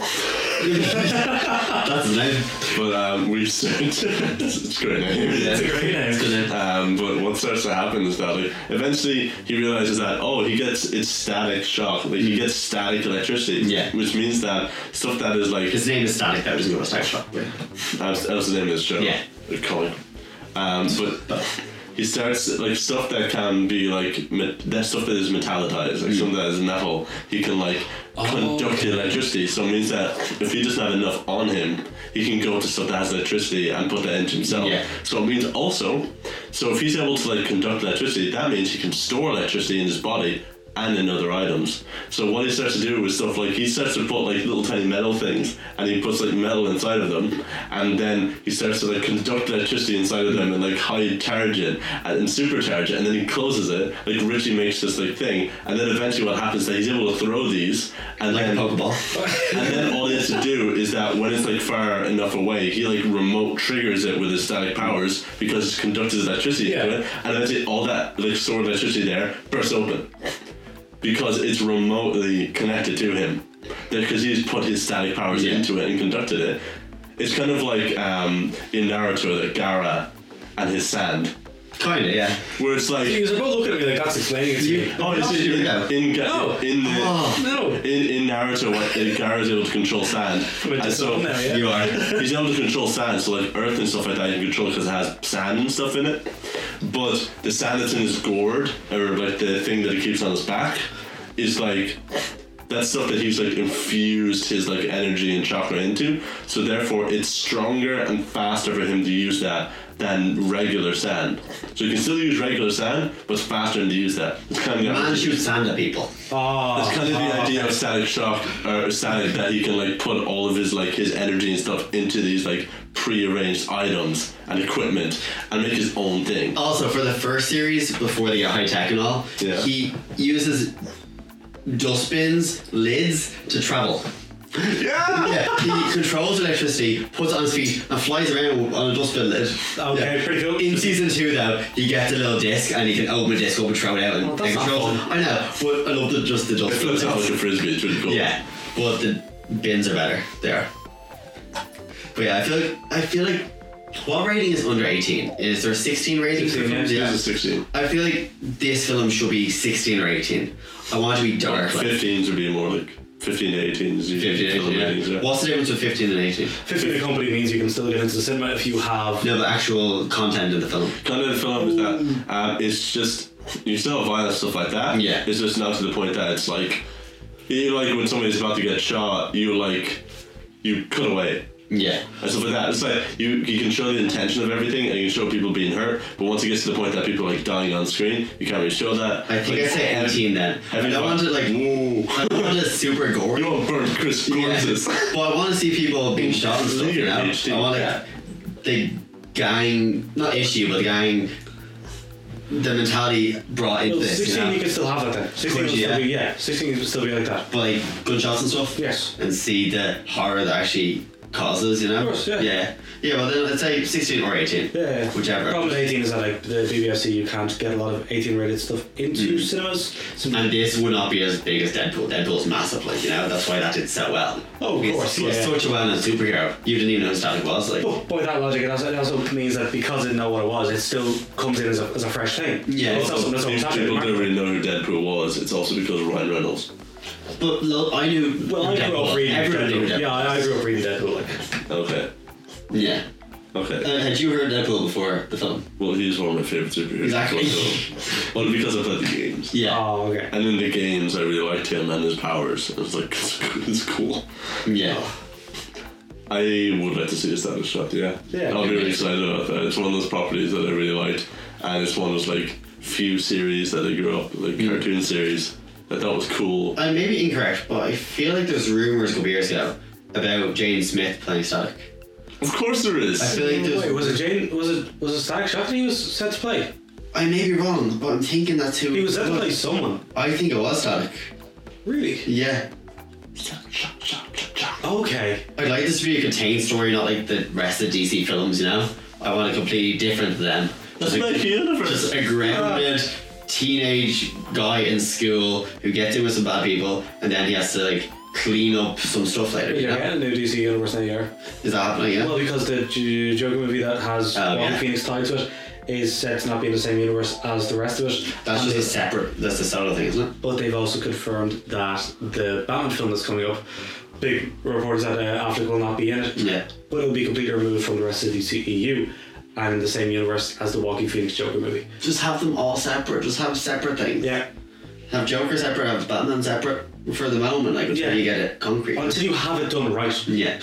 [SPEAKER 2] That's his name.
[SPEAKER 1] but um, we start. it's a great name.
[SPEAKER 3] That's a great name.
[SPEAKER 2] That's good name.
[SPEAKER 1] Um, but what starts to happen is that like, eventually he realizes that oh he gets it's static shock like he gets static electricity
[SPEAKER 2] Mm. Yeah.
[SPEAKER 1] which means that stuff that is like
[SPEAKER 2] His name is Static. That was good. Static Shock. Yeah.
[SPEAKER 1] That's that was the name of the show.
[SPEAKER 2] Yeah.
[SPEAKER 1] Uh, Colin. Um, but he starts like stuff that can be like me- that stuff that is metallized, like something that is metal. He can like conduct
[SPEAKER 2] Oh.
[SPEAKER 1] the electricity. So it means that if he doesn't have enough on him, he can go to stuff that has electricity and put that into himself.
[SPEAKER 2] Yeah.
[SPEAKER 1] So it means also, so if he's able to like conduct electricity, that means he can store electricity in his body and in other items. So what he starts to do is stuff like he starts to put like little tiny metal things, and he puts like metal inside of them, and then he starts to like conduct electricity inside of them and like high charge it and, and supercharge it, and then he closes it. Like Richie makes this like thing, and then eventually what happens is that he's able to throw these, and
[SPEAKER 2] Like a
[SPEAKER 1] then
[SPEAKER 2] Pokeball.
[SPEAKER 1] and then all he has to do is that when it's like far enough away, he like remote triggers it with his static powers because it conducts his electricity
[SPEAKER 3] Yeah.
[SPEAKER 1] into it, and that's it. All that like stored electricity there bursts open because it's remotely connected to him. Because he's put his static powers
[SPEAKER 2] Yeah.
[SPEAKER 1] into it and conducted it. It's kind of like um, in Naruto that Gara and his sand.
[SPEAKER 2] Kinda, yeah.
[SPEAKER 1] Where it's like,
[SPEAKER 3] Because they're both looking at me like that's explaining it to me.
[SPEAKER 1] oh, is it in,
[SPEAKER 2] Yeah.
[SPEAKER 1] in, Ga-
[SPEAKER 3] No.
[SPEAKER 1] in the.
[SPEAKER 2] Oh.
[SPEAKER 3] No.
[SPEAKER 1] In, in Naruto, what- in Garu's able to control sand,
[SPEAKER 3] But
[SPEAKER 1] and
[SPEAKER 3] just
[SPEAKER 1] so
[SPEAKER 3] now, Oh, yeah.
[SPEAKER 2] You are.
[SPEAKER 1] he's able to control sand. So like earth and stuff like that, you can control because it has sand and stuff in it. But the sand that's in his gourd, or like the thing that he keeps on his back, is like that's stuff that he's like infused his like energy and chakra into. So therefore, it's stronger and faster for him to use that than regular sand. So you can still use regular sand, but it's faster than to use that. It's kind of the
[SPEAKER 2] Man
[SPEAKER 1] opposite.
[SPEAKER 2] shoots sand at people.
[SPEAKER 3] Oh,
[SPEAKER 1] It's kind of the
[SPEAKER 3] oh,
[SPEAKER 1] idea
[SPEAKER 3] okay.
[SPEAKER 1] of static shock or static that he can like put all of his like his energy and stuff into these like pre-arranged items and equipment and make his own thing.
[SPEAKER 2] Also, for the first series, before they get high tech and all,
[SPEAKER 1] Yeah.
[SPEAKER 2] he uses dustbins, lids to travel.
[SPEAKER 1] Yeah.
[SPEAKER 2] Yeah, he controls electricity, puts it on his feet, and flies around on a dustbin lid.
[SPEAKER 3] Okay,
[SPEAKER 2] Yeah.
[SPEAKER 3] pretty cool.
[SPEAKER 2] In season two, though, he gets a little disc and he can open a disc up and throw it out and,
[SPEAKER 3] Oh, that's
[SPEAKER 2] and
[SPEAKER 3] not
[SPEAKER 2] control.
[SPEAKER 3] fun.
[SPEAKER 2] I know, but I love the, just the
[SPEAKER 1] It
[SPEAKER 2] dustbin.
[SPEAKER 1] flips out
[SPEAKER 2] lids.
[SPEAKER 1] like a frisbee. It's really cool.
[SPEAKER 2] Yeah, but the bins are better. They are. But yeah, I feel like I feel like what rating is under eighteen? Is there a sixteen rating?
[SPEAKER 3] 16, yeah.
[SPEAKER 1] This is 16.
[SPEAKER 2] I feel like this film should be sixteen or eighteen. I want it to be dark. Like
[SPEAKER 1] 15s would be more like 15 to 18 is usually
[SPEAKER 2] 15,
[SPEAKER 1] film
[SPEAKER 2] 18, yeah.
[SPEAKER 1] ratings, yeah.
[SPEAKER 2] What's the difference between fifteen and eighteen?
[SPEAKER 3] 50 in the company means you can still get into the cinema if you have.
[SPEAKER 2] No, the actual content of the film.
[SPEAKER 1] Kind of the film is that um, it's just you still have violence stuff like that.
[SPEAKER 2] Yeah.
[SPEAKER 1] It's just not to the point that it's like you like when somebody's about to get shot, you like you cut away.
[SPEAKER 2] Yeah.
[SPEAKER 1] and stuff like that. It's like you, you can show the intention of everything, and you can show people being hurt, but once it gets to the point that people are like dying on screen, you can't really show that.
[SPEAKER 2] I think
[SPEAKER 1] like,
[SPEAKER 2] I say
[SPEAKER 1] have-
[SPEAKER 2] eighteen then.
[SPEAKER 1] have
[SPEAKER 2] I
[SPEAKER 1] you
[SPEAKER 2] don't want
[SPEAKER 1] got-
[SPEAKER 2] it like
[SPEAKER 1] Whoa.
[SPEAKER 2] I don't want it super gory.
[SPEAKER 1] You want burnt crisp corpses.
[SPEAKER 2] Yeah. Well, I want to see people being shot and stuff. You
[SPEAKER 1] Leader,
[SPEAKER 2] know,
[SPEAKER 1] HD,
[SPEAKER 2] I want
[SPEAKER 1] yeah.
[SPEAKER 2] like the gang, not issue, but the gang, the mentality brought into
[SPEAKER 3] Well,
[SPEAKER 2] this.
[SPEAKER 3] 16 you
[SPEAKER 2] you know?
[SPEAKER 3] can still have that then. 16
[SPEAKER 2] Could
[SPEAKER 3] will
[SPEAKER 2] you,
[SPEAKER 3] still be,
[SPEAKER 2] yeah.
[SPEAKER 3] yeah, 16 will still be like that.
[SPEAKER 2] But like gunshots and stuff.
[SPEAKER 3] Yes.
[SPEAKER 2] And see the horror that actually causes. You know.
[SPEAKER 3] Of course, yeah.
[SPEAKER 2] Yeah. Yeah. Well, then let's say sixteen or eighteen.
[SPEAKER 3] Yeah.
[SPEAKER 2] Whichever.
[SPEAKER 3] Problem with 18 is that like the BBFC you can't get a lot of 18 rated stuff into cinemas. Simply-
[SPEAKER 2] Mm. And this would not be as big as Deadpool. Deadpool's massive, like you know. That's why that did so well.
[SPEAKER 3] Oh, of
[SPEAKER 2] Because
[SPEAKER 3] course,
[SPEAKER 2] it was
[SPEAKER 3] yeah.
[SPEAKER 2] Such a well-known superhero. You didn't even know who Static was. Like.
[SPEAKER 3] But by oh, that logic, it also, it also means that because it didn't know what it was, it still comes in as a, as a fresh thing.
[SPEAKER 2] Yeah,
[SPEAKER 3] That's
[SPEAKER 1] Also,
[SPEAKER 3] not- that's not what's
[SPEAKER 1] if
[SPEAKER 3] happening.
[SPEAKER 1] people don't really know who Deadpool was. It's also because of Ryan Reynolds.
[SPEAKER 2] But look, I knew.
[SPEAKER 3] Well, I grew up
[SPEAKER 2] Deadpool.
[SPEAKER 3] reading
[SPEAKER 2] Everyone knew
[SPEAKER 3] Deadpool.
[SPEAKER 2] Deadpool.
[SPEAKER 3] Yeah, I I grew up reading Deadpool. Like,
[SPEAKER 1] Okay.
[SPEAKER 2] Yeah.
[SPEAKER 1] Okay.
[SPEAKER 2] Uh, had you heard Deadpool before the film?
[SPEAKER 1] well, he's one of my favorite superheroes.
[SPEAKER 2] Exactly.
[SPEAKER 1] well, because I played the games.
[SPEAKER 2] Yeah.
[SPEAKER 3] oh, okay.
[SPEAKER 1] And in the games, I really liked him and his powers. I was like, it's cool. It's cool.
[SPEAKER 2] yeah.
[SPEAKER 1] I would like to see a static shot, yeah.
[SPEAKER 3] Yeah.
[SPEAKER 1] I'll be really excited about that. It's one of those properties that I really liked, and it's one of those like few series that I grew up
[SPEAKER 2] Mm.
[SPEAKER 1] like cartoon series that that was cool.
[SPEAKER 2] I may be incorrect, but I feel like there's rumors a couple years ago about Jane Smith playing Static.
[SPEAKER 1] Of course there is.
[SPEAKER 2] I feel like there's.
[SPEAKER 3] Wait, was it Jane? Was it was it Static Shock that he was set to play?
[SPEAKER 2] I may be wrong, but I'm thinking that's who.
[SPEAKER 3] He was set
[SPEAKER 2] it
[SPEAKER 3] to play someone.
[SPEAKER 2] I think it was Static.
[SPEAKER 3] Really?
[SPEAKER 2] Yeah.
[SPEAKER 3] Okay.
[SPEAKER 2] I'd like this to be a contained story, not like the rest of DC films. You know, I want it completely different to them.
[SPEAKER 1] Let's
[SPEAKER 2] Just a-
[SPEAKER 1] make a universe. Ah.
[SPEAKER 2] just a grounded teenage guy in school who gets in with some bad people, and then he has to like clean up some stuff later. You
[SPEAKER 3] You're
[SPEAKER 2] know?
[SPEAKER 3] getting a new DC Universe now, year.
[SPEAKER 2] Is that happening? Yeah.
[SPEAKER 3] Well, because the J- Joker movie that has
[SPEAKER 2] Oh,
[SPEAKER 3] Joaquin
[SPEAKER 2] yeah.
[SPEAKER 3] Phoenix tied to it is said to not be in the same universe as the rest of it.
[SPEAKER 2] That's
[SPEAKER 3] And
[SPEAKER 2] just a
[SPEAKER 3] they-
[SPEAKER 2] separate. That's a solo thing, isn't it?
[SPEAKER 3] But they've also confirmed that the Batman film that's coming up, big reports that uh, Affleck will not be in it.
[SPEAKER 2] Yeah.
[SPEAKER 3] But it'll be completely removed from the rest of the EU and in the same universe as the Walking Phoenix Joker movie.
[SPEAKER 2] Just have them all separate. Just have separate things.
[SPEAKER 3] Yeah.
[SPEAKER 2] Have Joker separate. Have Batman separate for the moment. Like until
[SPEAKER 3] Yeah.
[SPEAKER 2] you get it concrete.
[SPEAKER 3] Until you have it done right.
[SPEAKER 2] yeah.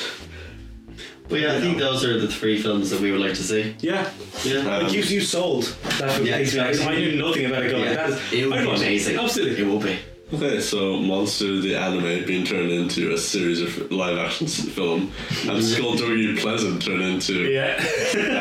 [SPEAKER 2] But yeah, I think those are the three films that we would like to see.
[SPEAKER 3] Yeah.
[SPEAKER 2] Yeah.
[SPEAKER 1] Um,
[SPEAKER 3] Like you, you sold that for
[SPEAKER 2] Yeah, exactly.
[SPEAKER 3] I knew nothing about it going.
[SPEAKER 2] Yeah.
[SPEAKER 3] That is,
[SPEAKER 2] it would
[SPEAKER 3] I
[SPEAKER 2] be
[SPEAKER 3] know,
[SPEAKER 2] amazing.
[SPEAKER 3] Absolutely.
[SPEAKER 2] It will be.
[SPEAKER 1] Okay, so Monster the anime being turned into a series of live action s- film,
[SPEAKER 2] Mm-hmm.
[SPEAKER 1] and Skullduggy Pleasant turned into
[SPEAKER 3] Yeah.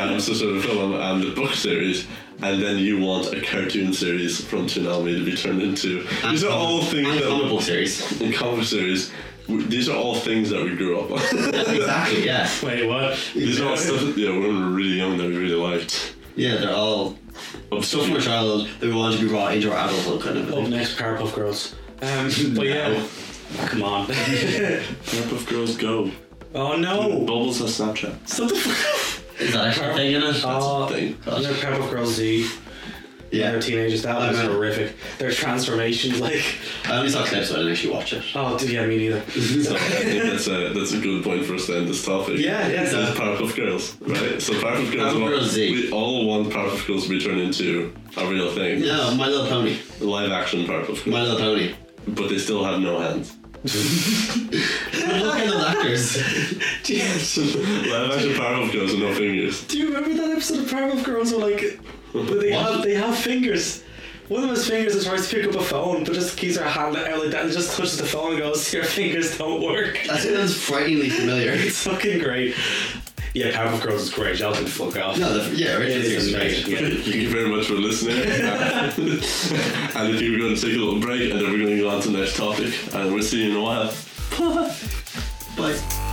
[SPEAKER 1] um, some sort of film and the book series. And then you want a cartoon series from Toonami to be turned into. These are all things
[SPEAKER 2] And
[SPEAKER 1] that
[SPEAKER 2] comic book series.
[SPEAKER 1] in comic series, w- these are all things that we grew up on.
[SPEAKER 2] exactly. Yeah.
[SPEAKER 3] Wait, what?
[SPEAKER 1] these are all stuff that, yeah, when we were really young that we really liked.
[SPEAKER 2] Yeah, they're all
[SPEAKER 1] Of
[SPEAKER 2] stuff from our childhood that we wanted to be brought into our adulthood kind of
[SPEAKER 3] Up
[SPEAKER 2] thing.
[SPEAKER 3] next, Oh, Powerpuff Girls. Um, but yeah. Come on.
[SPEAKER 1] Powerpuff Girls Go.
[SPEAKER 3] oh no.
[SPEAKER 1] Bubbles has Snapchat.
[SPEAKER 3] Stop the fuck.
[SPEAKER 2] Is that actually a thing in it?
[SPEAKER 3] Oh,
[SPEAKER 1] thing.
[SPEAKER 3] Powerpuff Girls Z.
[SPEAKER 2] Yeah.
[SPEAKER 3] when they were teenagers. That was
[SPEAKER 2] I know.
[SPEAKER 3] horrific. Their transformations, like
[SPEAKER 2] I only saw clips, so I didn't actually watch it.
[SPEAKER 3] oh d- yeah, me neither.
[SPEAKER 1] So I think that's a that's a good point for us to end this topic.
[SPEAKER 3] Yeah, yeah.
[SPEAKER 1] So it's Powerpuff Girls, right? So Powerpuff Girls,
[SPEAKER 2] Powerpuff
[SPEAKER 1] want-
[SPEAKER 2] Girls Z.
[SPEAKER 1] we all want Powerpuff Girls to be turned into a real thing,
[SPEAKER 2] No, My Little Pony.
[SPEAKER 1] live action Powerpuff Girls,
[SPEAKER 2] My Little Pony.
[SPEAKER 1] but they still have no hands.
[SPEAKER 2] Look at those actors.
[SPEAKER 3] do, you,
[SPEAKER 1] live action Powerpuff Girls with no fingers.
[SPEAKER 3] do you remember that episode of Powerpuff Girls where like where they
[SPEAKER 2] What?
[SPEAKER 3] have they have fingers? One of them has fingers and tries to pick up a phone, but just keeps her hand out like that and just touches the phone and goes, "Your fingers don't work."
[SPEAKER 2] That sounds frighteningly familiar.
[SPEAKER 3] It's fucking great. Yeah, Powerpuff Girls is great. Y'all can fuck off.
[SPEAKER 2] No, the, yeah,
[SPEAKER 3] it
[SPEAKER 2] Richard's
[SPEAKER 3] is amazing. Yeah.
[SPEAKER 1] Thank you very much for listening. and I think we're going to take a little break, and then we're going to go on to the next topic, and we'll see you in a while.
[SPEAKER 2] But.